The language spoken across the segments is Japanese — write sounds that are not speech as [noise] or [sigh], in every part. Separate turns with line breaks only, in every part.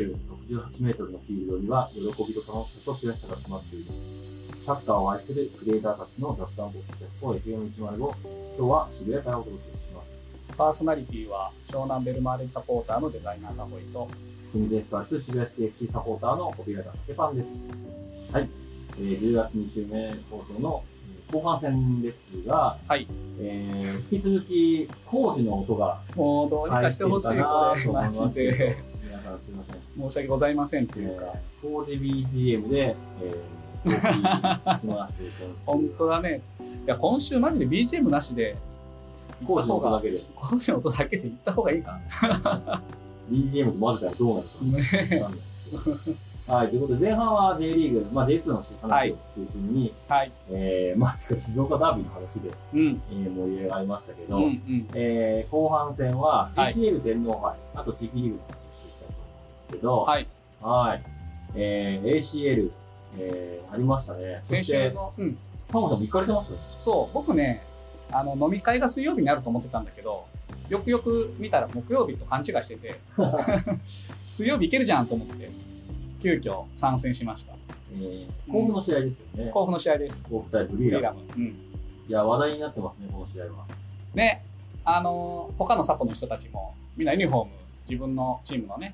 る68メートルのフィールドには喜びと楽しさと悔しさが詰まっている。サッカーを愛するクリエイターたちの雑談ポッドキャスト FM105、今日は渋谷からお届けします。
パーソナリティは湘南ベルマーレサポーターのデザイナーがほいと
シンデレスパルス渋谷 CFC サポーターの小平田竹パンです。はい、えー、10月2週目放送のえー後半戦ですが、
はい
えー引き続き工事の音が
もうどうにかしてほしい
入っ
こ
て
れ
るかなと
マ
思いま
ジ
すけど
で
皆さんすみません。
申し訳ございませんっていうか、
工事 BGM で、えー、お送りします。
本当だねいや今週マジで BGM なしで
工事の音だ
が
けで
工事の音だけで行った方がい
[laughs]
いか
BGM と混ぜたらどうなるか。
な [laughs]
はい、ということで前半は J リーグ、まあ、J2 の話を中心に、
はい
えーまあ、てか静岡ダービーの話で、
うん
えー盛り上がりましたけ
う
ど、
んうん
えー後半戦は
はい
ACL 天皇杯、あと地域リーグの話をしていきたいと思うんですけど、
はい
はいえー ACL、えーありましたね。そ
先
し
週
て、
のうん
タモさんも行かれてましたね。
そう僕ねあの飲み会が水曜日にあると思ってたんだけどよくよく見たら木曜日と勘違いし
[laughs]
てて [laughs] 水曜日行けるじゃんと思って急遽参戦しました
えー甲府の試合ですよね。
甲府の試合です。
甲府対ブ
フ
リ
リ
ー
ー
ラ
ラム。うん。
いや、話題になってますね、この試合は。
ね、あのー、他のサポの人たちも、みんなユニフォーム、自分のチームのね、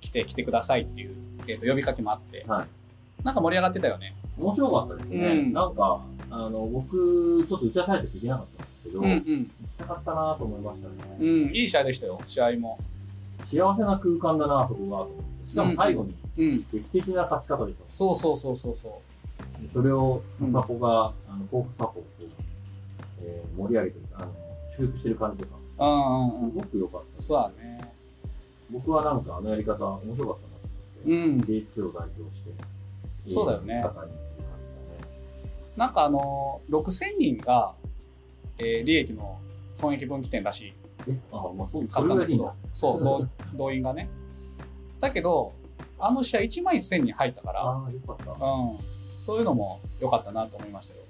来て、来てくださいっていう、えーと、呼びかけもあって、
はい
なんか盛り上がってたよね。
面白かったですね。
うん
なんか、あの、僕、ちょっと打ち合わせないといけなかったんですけど、
うん
行
うん。
きたかったなと思いました
う
ね。
ん、いい試合でしたよ、試合も。
幸せな空間だなそこが、と思って。しかも最後に
うん。
劇的な勝ち方でした。
そうそうそうそうそ
それを、
うん
サポが、あの、甲府サポをこう、えー盛り上げてる、あの、祝福してる感じとか、
う。うんう
す
んうん。
ごく良かった。
そうだね。
僕はなんかあのやり方、面白かったなと
う
思っ
ん。
て。J2 を代表して、えー
そうだよ
戦い
ね
に行ってる感じだね。
なんかあのー、6000人が、えー利益の損益分岐点らしい。
え、あ、まあそう、そ
買っ
れぐ
た
ら
んだ
いで
け
いいんだ
ど。、そう、動動員がね。だけど、あの試合1万1000人入ったから、
ああ、よかった。
うん、そういうのも良かったなと思いましたよ。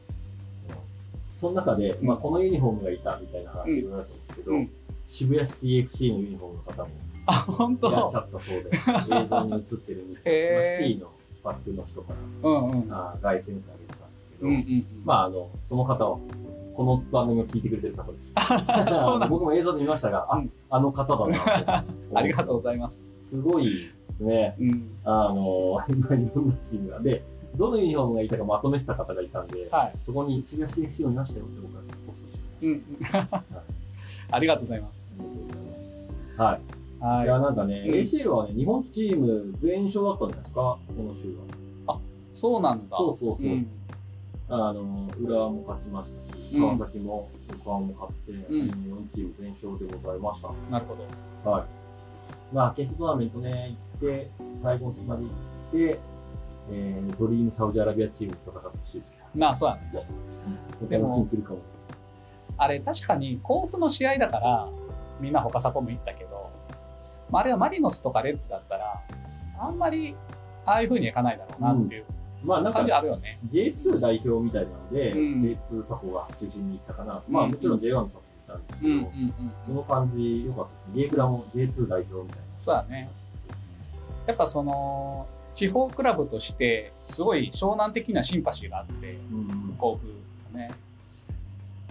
その中で、
ん
まあ、このユニフォームがいたみたいな話になると思うんですけど、
うん
渋谷 CFC のユニフォームの方も
あ、本
いらっしゃったそうで、映像に映ってるみたいで、まあ、シテ
へ
ィのスタッフの人から
うんうん。
あー凱旋されてたんですけど、
うんうん。
まあ、あの、その方は、この番組を聞いてくれてる方です。
[laughs] そうなん
僕も映像で見ましたが、あ、
うん
あの方だなって
あ、ありがとうございます。
すごいですね。
うん。
あの、今いろんなチームが。で、どのユニフォームがいたかまとめてた方がいたんで、
は
そこに渋谷 CFC を見ましたよって僕がポストして
い。うん [laughs] うん。ありがとうございます。
はい。い
は
や、なんかね、
うん
ACL はね、日本チーム全勝だったんじゃないですか、この週は。
い。そうなんだ。
そうそうそう。
ん。
あの、浦和も勝ちましたし、
うん
川崎も横浜も勝って、
うん
日本チーム全勝でございました。
なるほど。
はい。まあ、決勝トーナメントね、行って、最後の時まで行って、えー、ドリームサウジアラビアチームと戦ってほしいですけ
まあ、そうだね。
ど、
でも
とて緊来るかも。
あれ、確かに甲府の試合だから、みんな他サポも行ったけど、まあ、あれはマリノスとかレッズだったら、あんまり、ああいう風にはいかないだろうなっていう
まあ、なんか
感じ、はあるよね。
J2 代表みたいなので、
うん
J2 サポが中心に行ったかな。まあ
うん
もちろん J1 のサポも行ったんですけ
う
ど、
んうんうん。
その感じ良かったです。ゲークラも J2 代表みたいな。
そうだね。やっぱその地方クラブとしてすごい湘南的なシンパシーがあって
うんうん。
甲府がね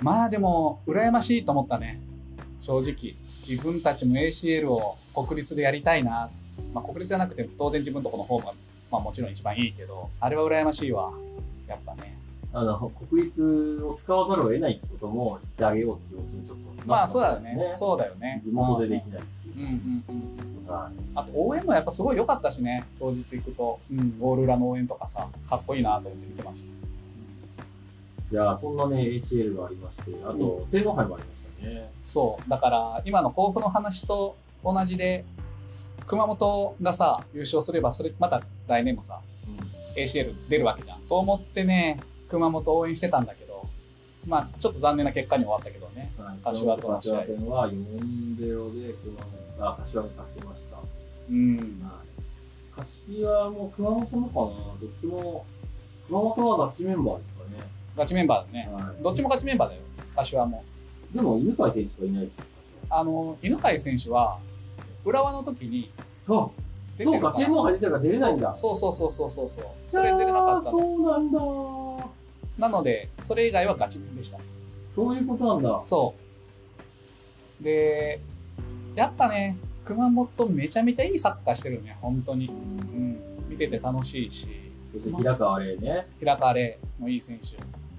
まあでも羨ましいと思ったね正直自分たちも ACL を国立でやりたいな、まあ、国立じゃなくて当然自分とこの方が、まあ、もちろん一番いいけどあれは羨ましいわやっぱね
あの、国立を使わざるを得ないってことも言ってあげようっていう気持ちにちょっとなって
まあ
す
そうだよねそうだよね
地元でできない。
うんうんうんうん
はい
あと応援もやっぱすごい良かったしね当日行くと、うん、ゴール裏の応援とかさかっこいいなと思って見てました
いや、そんなね、ACL がありまして、あと、天皇杯もありましたね。
そう。だから、今の甲府の話と同じで、熊本がさ、優勝すれば、それ、また来年もさ、ACL 出るわけじゃん。と思ってね、熊本応援してたんだけど、まあ、ちょっと残念な結果に終わったけどね。
うんはい
柏との試合
柏戦は4で0で熊本、あ、柏に勝ちました。
うん。
はい柏も熊本もかな、どっちも、熊本はガッチメンバーですか
ガチメンバーだね
ね。。はい、
どっちもガチメンバーだよ。柏も。
でも、犬飼選手がいないですよ、
あの、犬飼選手は、浦和の時に、
柏。あ
出
そ
て
う
る
か、天皇杯出てるから出れないんだ。
そうそうそうそうそうそうそれ出れなかった
あー
の
そうなんだ。
なのでそれ以外はガチでした
そういうことなんだ。
そうでやっぱね熊本めちゃめちゃいいサッカーしてるね本当にうん見てて楽しいし
そして平川玲ね。
平川玲もいい選手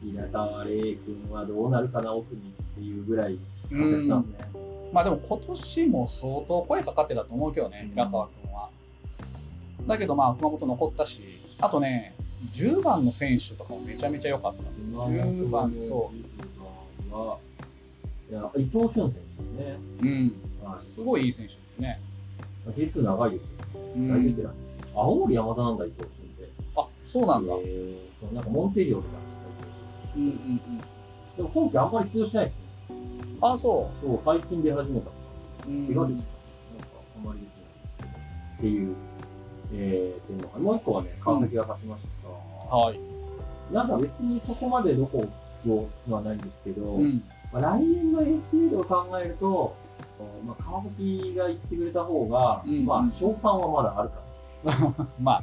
平川玲君はどうなるかな、奥にっていうぐらい活躍したんですね。。
まあでも今年も相当声かかってたと思うけどね、平川君は。だけどまあ熊本残ったし、あとね、10番の選手とかもめちゃめちゃ良かった。10番そう
はいや伊藤俊選手ですね。
うん。
はい。
すごいいい選手だよね。
実長いですよ。
う
大ベテラ
ん、
ンですよ。青森山田なんだ、伊藤俊って。
あ、そうなんだ。
え
うん
ーそうなんかモンテリオとか。
うんうん。
でも今季あんまり出場しないですよ。
あ、そ
そう、最近出始めた。
う。うん
怪我できた。なんかあんまりできないんですけど。っていう、えー、天皇杯。もう一個はね、川崎が勝ちました。
はい。
なんか別にそこまでどこをはないんですけど、
うん。
まあ、来年の ACL を考えると、まあ、川崎が行ってくれた方が、
うん
まあ、勝算はまだあるか
ま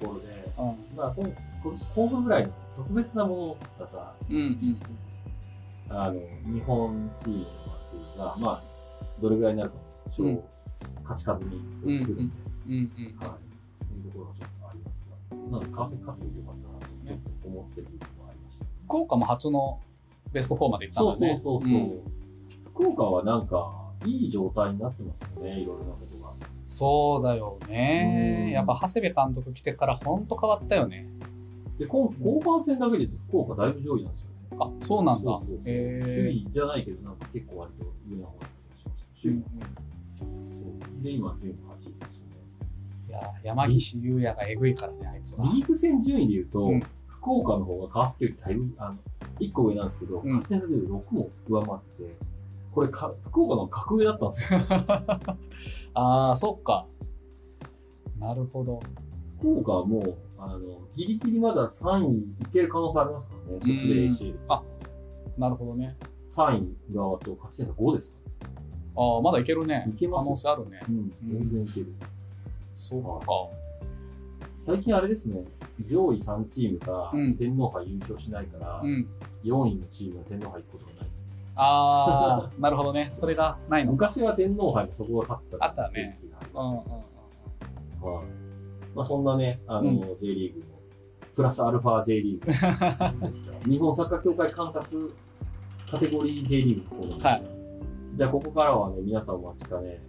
とところで、
あ、うん。
まあ、今今年後半ぐらいの特別なものだったら
うんうん。
あの、日本チームっていうのは、まあ、どれぐらいになるかも、ちょっと勝ち数に
うん
よってくるので、
うんうん。
はい、というところがちょっとありますが、なので、川崎勝ってよかったなと、ちょっと思ってる部分もありました。
福岡も初のベスト4まで行ったん
そう
だ
そう
ね。
そうそう、
うん
福岡はなんか、いい状態になってますよね、いろいろなことが。
そうだよ
う
ね
ん。
やっぱ長谷部監督来てからほんと変わったよね。
で、今季後半戦だけで言うと福岡だいぶ上位なんですよね。
あ、そうなんだ
そうそう。そう
へ
首位じゃないけど、なんか結構割と上な方だったりします。
え。
首位そう。で、今、順位も8位ですよね。
いや、山岸優也がえぐいからね、あいつは。
リーグ戦順位で言うと、
うん
福岡の方が川崎よりだいぶ、あの、1個上なんですけど、
うん
活躍率6も上回ってて、これか、福岡の方が格上だったんですよ。
[laughs] ああ、そっか。なるほど。
福岡はもう、あの、ギリギリまだ3位いける可能性ありますからね、卒業 ACL。
なるほどね。
3位側と勝ち点差5ですか
ああ、まだいけるね。
いけます
可能性あるね
ら。。うん、全然いける。
そ
は
っ
い
か。
最近あれですね、上位3チームが
うん
天皇杯優勝しないから、
うん。
4位のチームが天皇杯行くことがないです。
ああ、なるほどね。それがないのか。
昔は天皇杯もそこが勝った
あったね
っていう時期があり
う
ま
ん
す
うん
ね
うんうん。
はい。まあそんなね、あの、
うん
J リーグの、プラスアルファ J リーグですから、 [laughs] 日本サッカー協会管轄カテゴリー J リーグのコーナーです。
はい
じゃあここからはね、皆さんお待ちかね、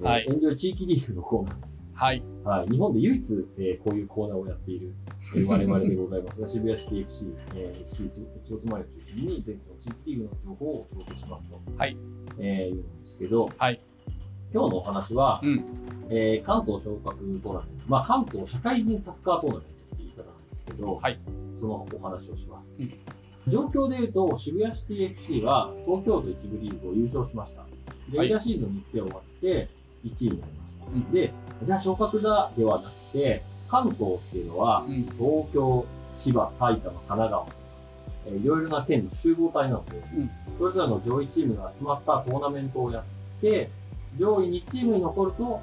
えー
はい
エンジョイ地域リーグのコーナーです。
はい。
はい。日本で唯一、えーこういうコーナーをやっている、えー我々でございます [laughs] が、渋谷シティ FC、えー、FC 一応つまりを中心に、全国の地域リーグの情報をお届けしますと。
はい。
えー、いうんですけど、
はい。
今日のお話は、
うん
えー関東昇格トーナメント、まあ関東社会人サッカートーナメントっていう言い方なんですけど、
はい
そのお話をします。
うん
状況で言うと、渋谷シティ FC は東京都一部リーグを優勝しました。レギュラーシーズン日程終わって、1位になりました。
うん
で、じゃあ昇格だではなくて、関東っていうのは、
うん。
東京、千葉、埼玉、神奈川、えーいろいろな県の集合体なので、
うん
それぞれの上位チームが集まったトーナメントをやって、上位2チームに残ると、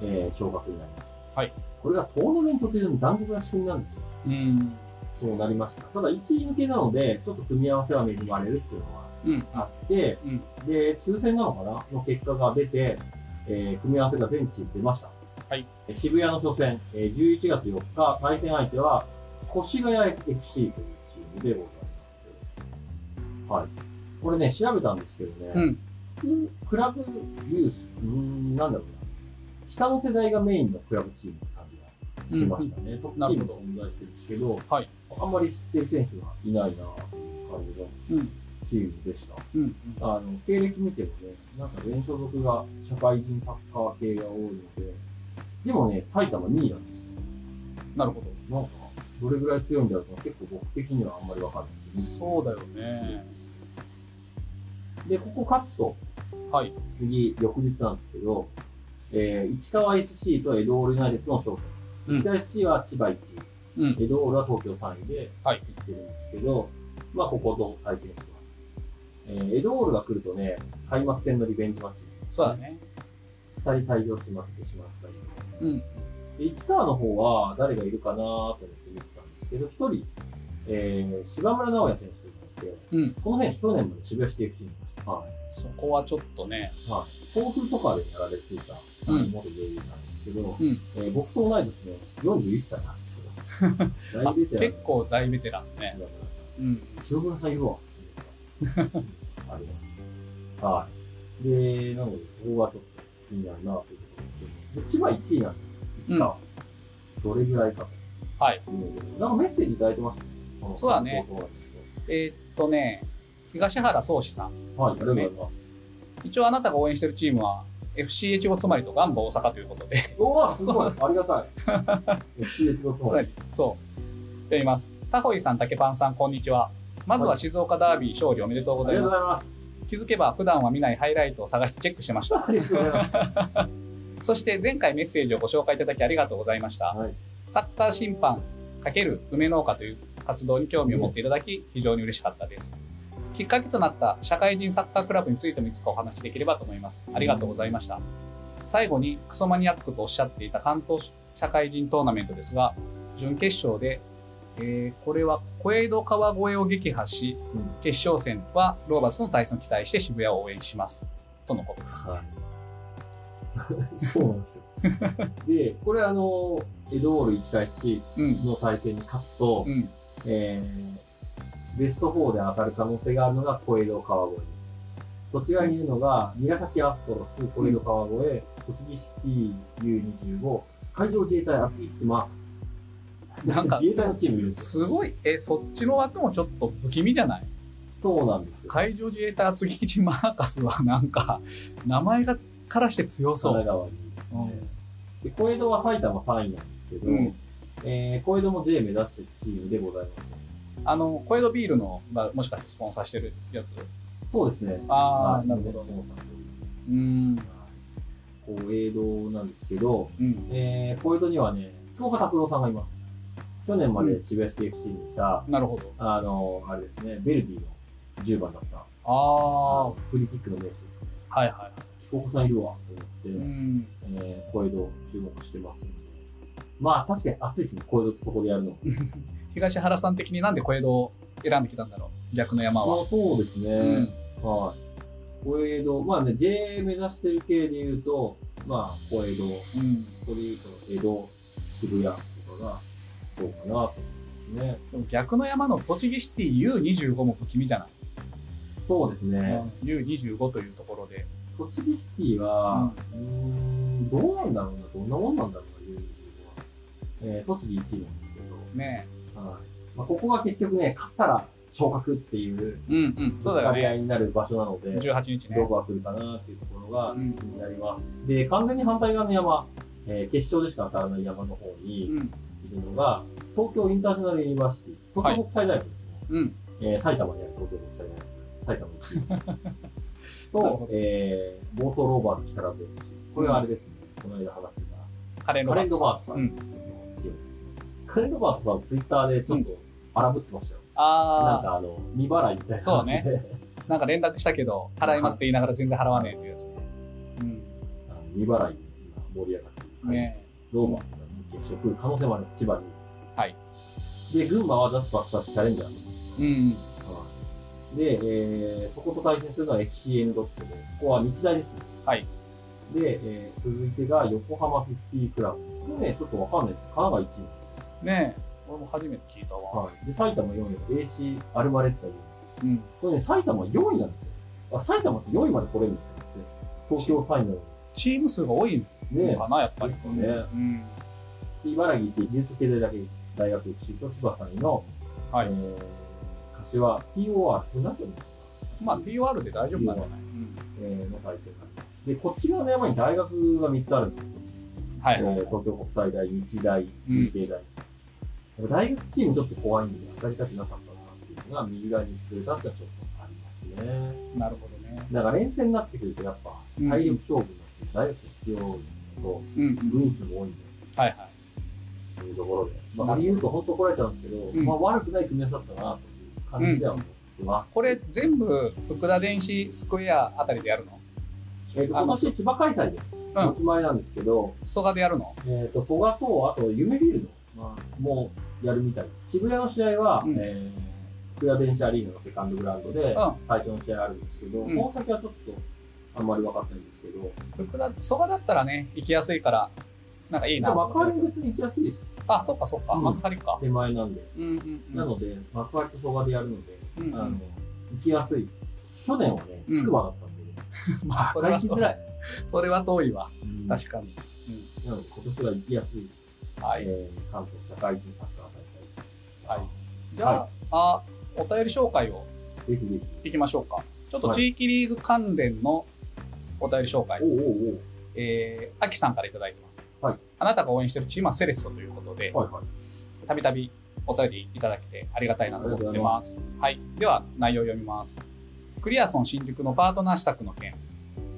えー昇格になります。
はい。
これがトーナメントという残酷な仕組みなんですよ。
うん。
そうなりました。ただ1位抜けなので、ちょっと組み合わせは恵まれるっていうのは
うん。
あって、
うん
で、抽選なのかなの結果が出て、えー組み合わせが全チーム出ました。
はい
えー。渋谷の初戦、えー11月4日、対戦相手は、越谷 FC というチームでございます。はい。これね、調べたんですけどね、
うん。
クラブユース、うーん、なんだろうな。下の世代がメインのクラブチームって感じがしましたね。トップチームも存在してるんですけど、
はい
あんまり知ってる選手がいないなという感じの
うん。
チームでした。
うん。うん
あの、経歴見てもね、なんか全所属が社会人サッカー系が多いので、でもね、埼玉2位なんですよ。
なるほど。
なんか、どれぐらい強いんだろうか結構僕的にはあんまりわかんないです
そうだよね。
で、ここ勝つと、
はい。
次、翌日なんですけど、えー、市川 SC と江戸オールユナイテッドの勝負。
うん
市川 SC は千葉1
うん
位、江戸オールは東京3位で
は
行っ
い
てるんですけど、まあ、ここと対戦します。えー、江戸オールが来るとね、開幕戦のリベンジマッチ、
そうだね。
2人退場しまってしまったり、
うん。
で市川の方は誰がいるかなと思って見てたんですけど、一人、えー、柴村直哉選手という
う
のがい
ん
て、この選手、去年まで渋谷シティ FC にいました。はい。
そこはちょっとね、
はい、甲府とかでやられていた、
うん
元 J リーグなんですけど、えー僕と同い年の41歳なんです
[laughs]
けど、
あ
大ベテラン
結構大ベテランね。
だった。
うん。
塩村さんいるわ。あります。はい。で、なので、ここがちょっと気になるなというところですけど、で千葉1位なんですよ。いつか、どれぐらいかと。
はい。
なんかメッセージいただいてますね。この
そうだね。
この
えーっとね、東原宗志さん。
はい、ありがとうございます。
一応あなたが応援してるチームは FC 越後つまりとガンバ大阪ということで、
うわ、すごい。ありがたい。FC 越後つまり。
そう、読みます。タホイさん、竹パンさん、こんにちは。まずは静岡ダービー勝利おめでとうご
あ
ざ
り
い
がとう
ま
ござい
す。
ます。
気づけば普段は見ないハイライトを探してチェックしてまし
[laughs]
た。
ありがとうございます。
そして前回メッセージをご紹介いただきありがとうございました。
はい。
サッカー審判×梅農家という活動に興味を持っていただき、非常に嬉しかったです。きっかけとなった社会人サッカークラブについてもいつかお話しできればと思います。ありがとうございました。最後にクソマニアックとおっしゃっていた関東社会人トーナメントですが、準決勝で、えーこれは小江戸川越を撃破し、
うん
決勝戦はローバスの対戦を期待して渋谷を応援します。とのことです。
はい。そうなんですよ。で、これあの、エドール1対1
うん。
の対戦に勝つと、
うん。
えーベスト4で当たる可能性があるのが小江戸川越です。そっち側にいるのが、宮崎アストロス、小江戸川越、栃木シティ U25、海上自衛隊厚木基地マークス。
なんか
自衛隊のチームいるんですよ。
すごい、え、そっちの枠もちょっと不気味じゃない
そうなんですよ。
海上自衛隊厚木市マーカスはなんか、 [laughs] 名前がからして強
神
そう。
奈川にですね。で、小江戸は埼玉3位なんですけど、
うん
えー小江戸も J 目指してるチームでございます。
あの、小江戸ビールの、まあ、もしかしてスポンサーしてるやつ。
そうですね。
あ
は
あ、
い
なるほど。
そうなんで
うーん。
すはい小江戸なんですけど、
うん。
えー、小江戸にはね、京岡拓郎さんがいます。去年まで渋谷 CFC にいた、
なるほど。
あの、あれですね、ベルディの10番だった、
あ
フリーキックの名手ですね。
あ、はいは
京岡さんいるわ、と
い。う
思って、
ん。
えー、小江戸注目してますんで。まあ確かに暑いですね、小江戸とそこでやるの。
東原さん的になんで小江戸を選んできたんだろう逆の
ま
山は。
あそうですね。
うん。
はい。小江戸、まあね、J 目指してる系で言うと、まあ小江戸、ここで言うと江戸、渋谷とかがそうかなと思いますね。
うん。でも逆の山の栃木シティ U25 も不気味じゃない、
そうですね。
?U25 というところで。
栃木シティは、うーん、どうなんだろうな、どんなもんなんだろうな、U25 は。えー、栃木1位なんですけ
ね
ど、はい。まあ、ここが結局ね、勝ったら昇格っていう、
うんうん。そうだよ
ぶつかり
ね。
合いになる場所なので、
18日ね。
どこが来るかなっていうところが
う
気
ん
になります。で、完全に反対側の山、えー決勝でしか当たらない山の方にい
うん。
るのが、東京インターナショナルユニバーシティ、東京国際大学ですね。
うん。
えー埼玉にある東京国際大学、埼玉のチームです。
なるほど
と、えー、暴走ローバーの木更津 FC。これはあれですね、この間話した
カレンド
カ
バ
レン
ー
ド
ツ
バーツさん
う
の
ん
チームですね。カレンドバーツさん、ツイッターでちょっと荒ぶってましたよ。なん
ああ、
かあの、未払いみたいな感じで、
そなんか連絡したけど、払いますって言いながら全然払わねえっていうやつ。うん。
[laughs] あの未払いに今盛り上がっている感じ
ね
ローマンズが決勝来る可能性もある千葉にいます。
はい。
で、群馬はザスパクサスチャレンジャー
うん。
で、えーそこと対戦するのは FCN ドットで、ここは日大ですね。
はい。
で、えー続いてが横浜フィフティクラブ。これね、ちょっとわかんないです。神奈川1
ねえ、俺も初めて聞いた
位。
わ。
はい。で、埼玉4位、AC アルマレッタ4位。
うん。
これね、埼玉4位なんですよ。あ、埼玉って4位まで来れるんだって。東京3位なの
チーム数が多い
に。ね
のかな、やっぱり。
ですよね
うん。
で茨城1位、技術系大学1大学1位と千葉3位の、
はい
えー、柏 TOR、これ何て読むの
まあ、PR で大丈夫なんじゃない
えーの対戦があります。で、こっち側の山に大学が3つあるんですよ。
うん。はいはい
えー東京国際大、日大、
ん
日経大。やっぱ大学チームちょっと怖いんで、当たりたくなかったなっていうのが右側に来れたってのはちょっとありますね。
なるほどね。
だから連戦になってくると、やっぱ
うん
体力勝負になって、大学生強いのと、
うんうん。
軍数も多いんで、
はいはい。
というところで、まあ、言うと本当怒られちゃうんですけど、
ん
まあ悪くない組み合わせだったなという感じでは思ってます。
これ全部、福田電子スクエアあたりでやるの
えーと、今年千葉開催で、
うん
持ち前なんですけど、
蘇我でやるの
えっ、と、蘇我と、あと、夢ビルドもやるみたい。渋谷の試合は、
うん
えー、福屋電車アリーナのセカンドグラウンドで
うん、
最初の試合あるんですけど、
うん
この先はちょっと、あんまり分かってないんですけど、
福田蘇我だったらね行きやすいからなんかいいな
まあ
と
幕
思って
張別に行きやすいですよ。
あそっかそっか
うん
幕張か
手前なんで。
うんうんうん
なので、幕張と蘇我でやるので、
うんう
あの
ん、
行きやすい。去年はね、
うん
つくばだったんでね、
まあそれ
行
は
き
そ
づらい。
それは遠いわ
うん
確かに
なので、今年は行きやすい、
は
え
い
ー、関東社会人サッカー大会。
はいじゃあ,、あお便り紹介を
ぜひぜひ。
いきましょうかちょっと地域リーグ関連のお便り紹介
おうおう
えー、アキさんからいただいてます。
はい
あなたが応援しているチームはセレッソということで
おう。、はいはい。
たびたびお便りいただけてありがたいなと思ってます。はい。では、内容を読みます。クリアソン新宿のパートナー施策の件。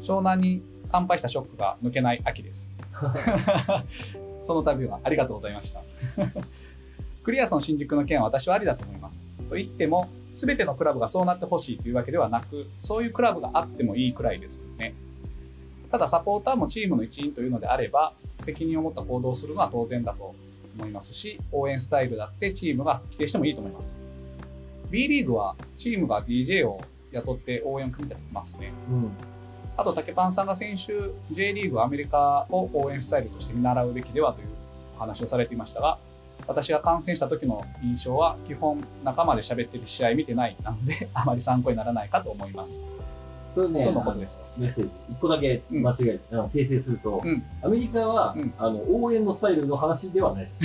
湘南に乾杯したショックが抜けない秋 [laughs] です。その度はありがとうございました。 [laughs] クリアソン新宿の件は私はありだと思います。と言っても、すべてのクラブがそうなってほしいというわけではなく、そういうクラブがあってもいいくらいですね。ただサポーターもチームの一員というのであれば、責任を持った行動をするのは当然だと思いますし、応援スタイルだってチームが規定してもいいと思います。B リーグはチームが DJ を雇って応援を組み立てますね。
うん。
あと、竹パンさんが先週、J リーグアメリカを応援スタイルとして見習うべきではというお話をされていましたが、私が観戦した時の印象は、基本仲間で喋ってる試合見てないなので、あまり参考にならないかと思います。
これね、
とのことです。
メッセージ、一個だけ間違え、あの訂正すると、
うん
アメリカは、
うん
あの応援のスタイルの話ではない
[laughs]
です。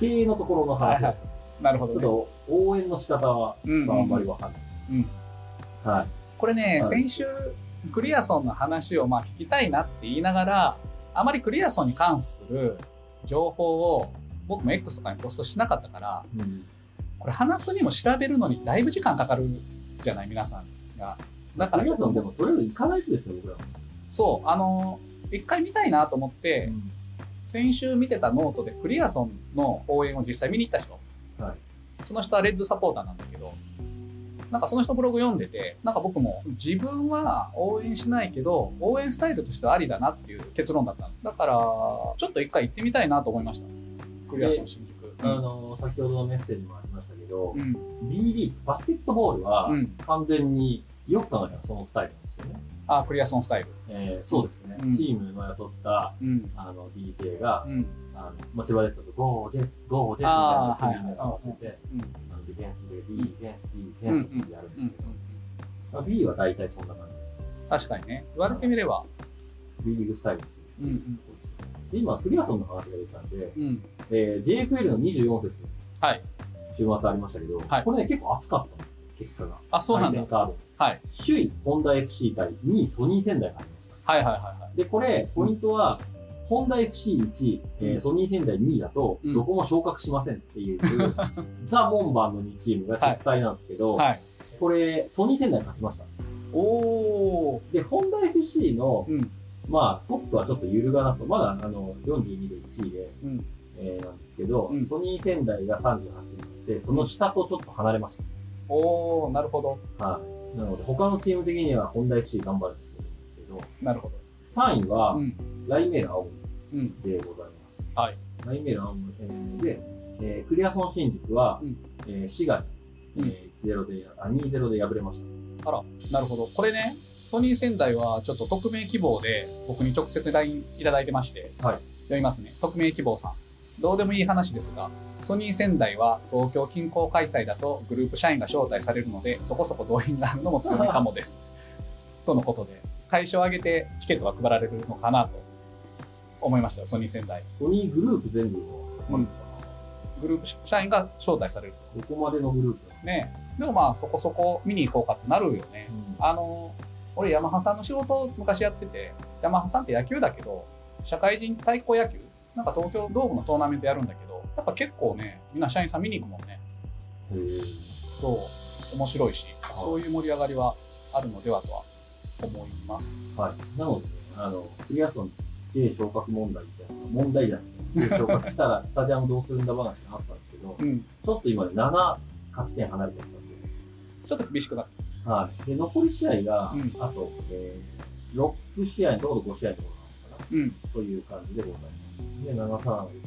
経営のところの話、
はいはいなるほ
ちょっ
ど、ね。
と応援の仕方は、
うん
まあ、あんまりわかんない。
うん
はい。
これね、
はい
先週クリアソンの話をまあ聞きたいなって言いながらあまりクリアソンに関する情報を僕も X とかにポストしなかったからこれ話すにも調べるのにだいぶ時間かかるじゃない皆さんがだから
皆さんでもとりあえず行かないとですよ、僕らは。
そうあの一回見たいなと思って、先週見てたノートでクリアソンの応援を実際見に行った人、
はい
その人はレッドサポーターなんだけどなんかその人ブログ読んでてなんか僕も自分は応援しないけど応援スタイルとしてはありだなっていう結論だったんですだからちょっと一回行ってみたいなと思いましたクリアソン新宿
あの先ほどのメッセージもありましたけど、
うん
B リーグ、バスケットボールは、
うん
完全によく考えたらそのスタイルなんですよね。
あクリアソンスタイル
えーそうですね、
うん
チームの雇った
うん
あの DJ が、
うん
あの町場でやったと、ゴージェッツ、ゴージェッ
あ
ツ
ー
みたいな感じでみんなが合わせて、
うん
あのディフェンスで D、ディフェンス D、ディフェンス D でやるん
う
です
ん
けど、まあ、B は大体そんな感じです。
確かにね言われてみれば
B リーグスタイルですね。
うんうん
そうですねで今、クリアソンの話が出たんで、
うん
えー、JFL の24節、
はい
週末ありましたけど、
はい
これね、結構熱かったんですよ、結果が。
あそうなんだ
対戦カード。
はい
首位、ホンダ FC 対2位、ソニー仙台がありました。
はいはいはいはい
で、これ、ポイントは、ホンダ FC1 位、えー
うん
ソニー仙台2位だと、
うん
どこも昇格しませんって
[laughs]
いう、ザ・門番の2チームが実態なんですけど、
はい
これ、ソニー仙台勝ちました。
おお
で、ホンダ FC の、
うん
まあ、トップはちょっと揺るがなそう。まだ、あの、42で1位で、
うん
えーなんですけど、
うん
ソニー仙台が38位で、その下とちょっと離れまし
おおなるほど
た。はい。なので、他のチーム的にはホンダ FC 頑張るってるんですけど、
なるほど
3位は、
うん
ライメール青森
うん
でございます。
はい。
ライメール青森、えーで、えークリアソン新宿は、
うん
えー滋賀に、
うん
えー1-0で、あ、2-0で敗れました。
あらなるほどこれねソニー仙台はちょっと匿名希望で僕に直接 LINE いただいてまして、
はい
読みますね匿名希望さんどうでもいい話ですがソニー仙台は東京近郊開催だとグループ社員が招待されるのでそこそこ動員があるのも強みかもです [laughs] とのことで会社を挙げてチケットが配られるのかなと思いましたよソニー仙台
ソニーグループ全部を、
うんグループ社員が招待される
ここまでのグループ
とねでもまあそこそこ見に行こうかってなるよね、あの俺ヤマハさんの仕事を昔やっててヤマハさんって野球だけど社会人対抗野球なんか東京ドームのトーナメントやるんだけどやっぱ結構ねみんな社員さん見に行くもんね
へー
そう面白いしそういう盛り上がりはあるのではとは思います
はい。なので、あの、クリアソン J 昇格問題みたいな、問題じゃないですか。J 昇格した
[laughs]
ら、スタジアムどうするんだ話があったんですけど、
うん
ちょっと今ね、7勝ち点離れちゃったんで、
ちょっと厳しくなって
はい。で、残り試合が、
うん
あと、えー6試合のところ5試合のところなのか
うん。
なという感じでございます。で、7、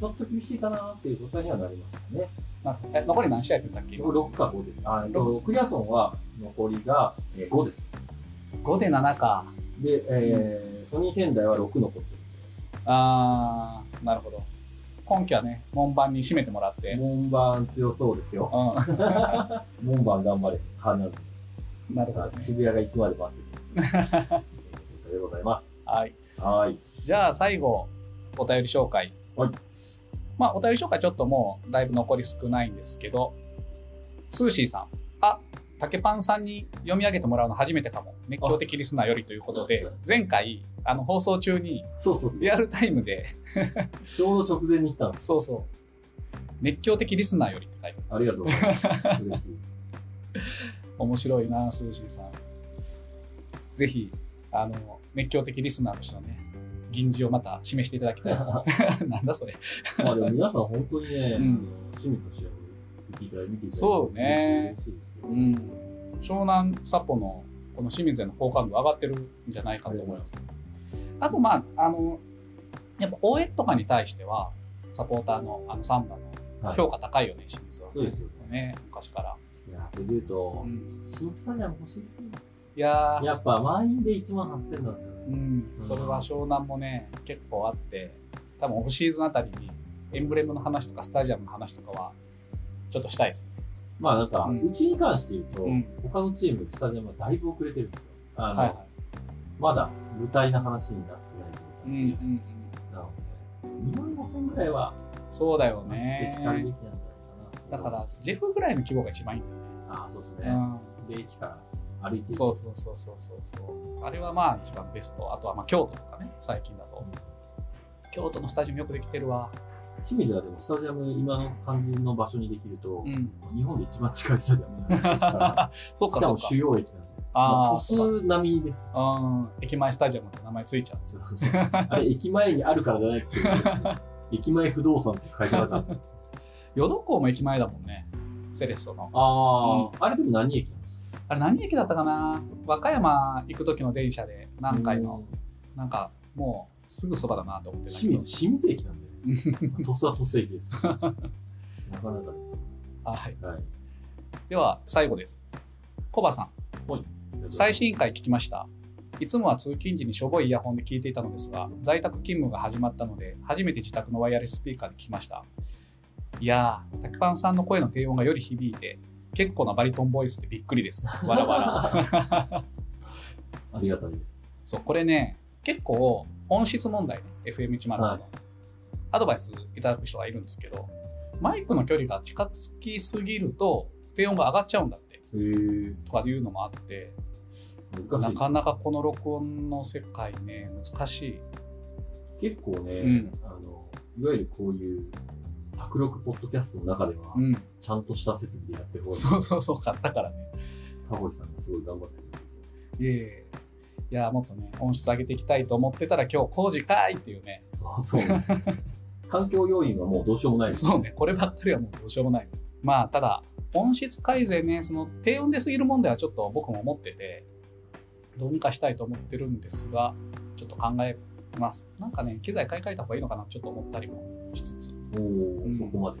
3、ちょっと厳しいかなっていう状態にはなりましたね。
なるほどえ残り何試合って言ったっけ
僕6か5で、あえっとクリアソンは残りがえー5です。
?5 で7か。
で、えーソニー仙台は6残ってる
あー、なるほど。今季はね、門番に締めてもらって。
門番強そうですよ。
う
門番頑張れ。はなる。
ん。 [laughs] なるほど、ね。
渋谷が行くまで待ってる。ということでご
[laughs]
ざいます。
はい。
はい。
じゃあ最後、お便り紹介。
はい。
まあ、お便り紹介ちょっともう、だいぶ残り少ないんですけど、スーシーさん。あ、竹パンさんに読み上げてもらうの初めてかも。熱狂的リスナーよりということで
あ、
前回、あの、放送中に、
そうそうそう。
リアルタイムで、 [laughs]
ちょうど直前に来たんです。
そうそう。熱狂的リスナーよりって書いてあ
ありがとうござい
[laughs]
ます。嬉しい。
る。面白いな、スーシーさん。ぜひ、あの、熱狂的リスナーとしてのね、銀字をまた示していただきたい
[laughs]
ですね。なんだそれ。
まあでも皆さん本当にね、
うん
清水の試合を聞いていただいて見ていただいて、
そうね
すごく嬉しいですよ。
うん。湘南札幌のこの清水への好感度上がってるんじゃないかと思います。あと、まあ、あの、やっぱ応援とかに対しては、サポーターのあのサンバの
はい
評価高いよね、清水は、ね。
そうですよ
ね。昔から。
いや、それで言うと
う、ん、
新スタジアム欲しいっすね。
いやー
やっぱ満員で1万8000なんですよね。
うん、それは湘南もね、結構あって、多分オフシーズンあたりにエンブレムの話とかスタジアムの話とかは、ちょっとしたいですね。
まあなんか、
うん
うちに関して言うと、
うん
他のチーム、スタジアムはだいぶ遅れてるんですよ。あの、
はいは
まだ舞台な話になってない状
い。う
態
んうんうん。
なので、2万5000ぐらいは、
そうだよ
で
ね。
しかるべきなんじゃないかな
だ
と
か
思い
ら
ま、す。
ジェフぐらいの規模が一番いいん
ああ、そうです
だよ
ね。
ね。
で、駅から歩いて
うん、そうそうそうそうそうそう。あれはまあ一番ベスト。あとはまあ京都とかね、最近だと。京都のスタジアムよくできてるわ。
清水はでもスタジアム、今の感じの場所にできると、
うん。
日本で一番近いスタジアムになりますから。
[laughs] そっ
し
か
か
そ
も
っか。
主要駅なんで。まあ、
あ
都市並みです。
あ、うん。駅前スタジアムって名前ついちゃう。
そうそうそうあれ、駅前にあるからじゃない
[laughs]
って。駅前不動産って書いてなかった。
淀港も駅前だもんね。セレッソの。
ああ、あれでも何駅なんですか
あれ何駅だったかな和歌山行く時の電車で何回の、
うん
なんかもうすぐそばだなと思ってたけ
清
ど
水、清水駅なんで、
[laughs]
ね。鳥栖は鳥栖駅ですから。なかなかです。
はい、
はい。
では最後ですコバさん最新回聞きましたいつもは通勤時にしょぼいイヤホンで聞いていたのですが在宅勤務が始まったので初めて自宅のワイヤレススピーカーで聞きましたいやー竹パンさんの声の低音がより響いて結構なバリトンボイスでびっくりですわらわら
[laughs] ありがたいです。
そう、これね、結構音質問題ね、FM106 の、
はい
アドバイスいただく人がいるんですけど、マイクの距離が近づきすぎると低音が上がっちゃうんだって、
へえ。
とかいうのもあって、
難
な
しい。
かなかこの録音の世界ね、難しい。
結構ね、
うん
あの、いわゆるこういう、卓録ポッドキャストの中では
う、ん。
ちゃんとした設備でやってる方が
そうそうそう、買ったからね。
タモリさんがすごい頑張ってくれてる。
いえいえ。いや、もっとね、音質上げていきたいと思ってたら今日工事かいっていうね。
そうそうなん
[laughs]
ですよ。環境要因はもうどうしようもないです。
そうね、こればっかりはもうどうしようもない。まあ、ただ、音質改善ね、その低音ですぎる問題はちょっと僕も思ってて、どうにかしたいと思ってるんですが、ちょっと考えます。なんかね、機材買い替えた方がいいのかな、ちょっと思ったりもしつ [laughs] つ。
おお、
うん
そこまで。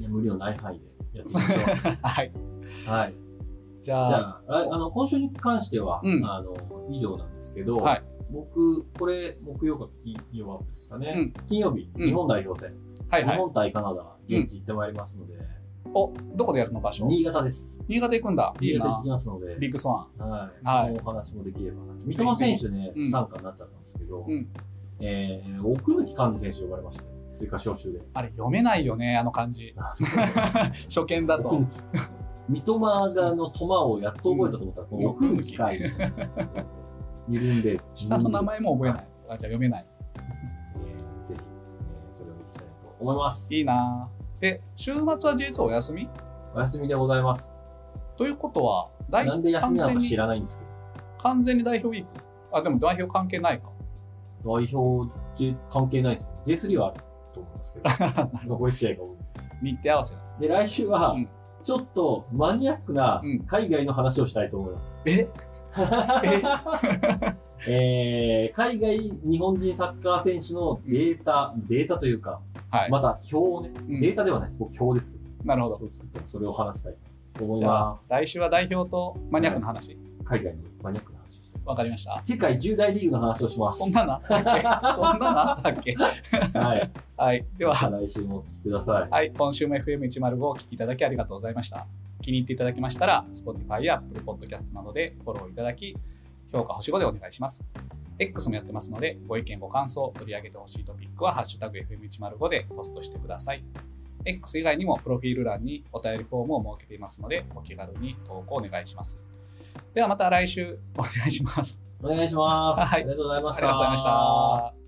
いや、無理のない範囲でやっていきましょ
はい。
う。はい。
[laughs] じ
じ
ゃあ、
ゃあ、ああの、今週に関しては、
うん
あの、以上なんですけど、
はい
僕、これ、木曜か金曜アップですかね。
うん
金曜日、
うん
日本代表戦、
はいは
日
い。
本対カナダ、現地行ってまいりますので、
お、どこでやるの場所
新潟です。
新潟行くんだ。い
新
い
潟行っ
な
てき。ますので、
ビッグスワ
はい。
はい
そのお話もできればなと。
ひ
三笘選手ね、
うん
参加になっちゃったんですけど、
うん
えー、奥貫幹事選手呼ばれましたね。追加招集で。
ン。あれ、読めないよね、あの
[laughs]
感じ。初見だ
奥
と
貫。三笘がのトマをやっと覚えたと思ったら、この奥貫会。緩んでる。
下の名前も覚えない。あ、じゃあ読めない。
えーぜひ、えーそれを見ていきたいと思います。
いいな。で、週末は事実お休み
お休みでございます。
ということは、代
なんで休みなの
完
か
全
知
に
らないんですけ
完全に代表ウィークあ、でも代表関係ないか。
ど、代表で関係ないですね。J3 はあると思いますけど、残り試合が多い。
日程合わせだ。
で、来週は
うん、
ちょっとマニアックな
うん
海外の話をしたいと思います。
ええ
えー海外日本人サッカー選手のデータ、データというか、
はい。
[laughs] また表をね、
うん
データではないです、僕表ですけ
なるほ
ど、
ど。
表を作ってそれを話したいと思い
じゃ
ま
あ
す。
来週は代表とマニアックの話。
海外のマニアックな話をして
わかりました。
世界10大リーグの話をしま
そん
す。
なのあったっけそんなのあったっけ
はい。
はい。では、
来週もお聞きください。
はい、今週も FM105 をお聞きいただきありがとうございました。気に入っていただけましたら、Spotify や Apple Podcast などでフォローいただき、評価星5でお願いします。X もやってますので、ご意見、ご感想、取り上げてほしいトピックは、ハッシュタグ FM105 でポストしてください。X 以外にも、プロフィール欄にお便りフォームを設けていますので、お気軽に投稿お願いします。ではまた来週お願いします。
お願いします。
はい
ありがとうございま
あ
し
り
た。
がとうございました。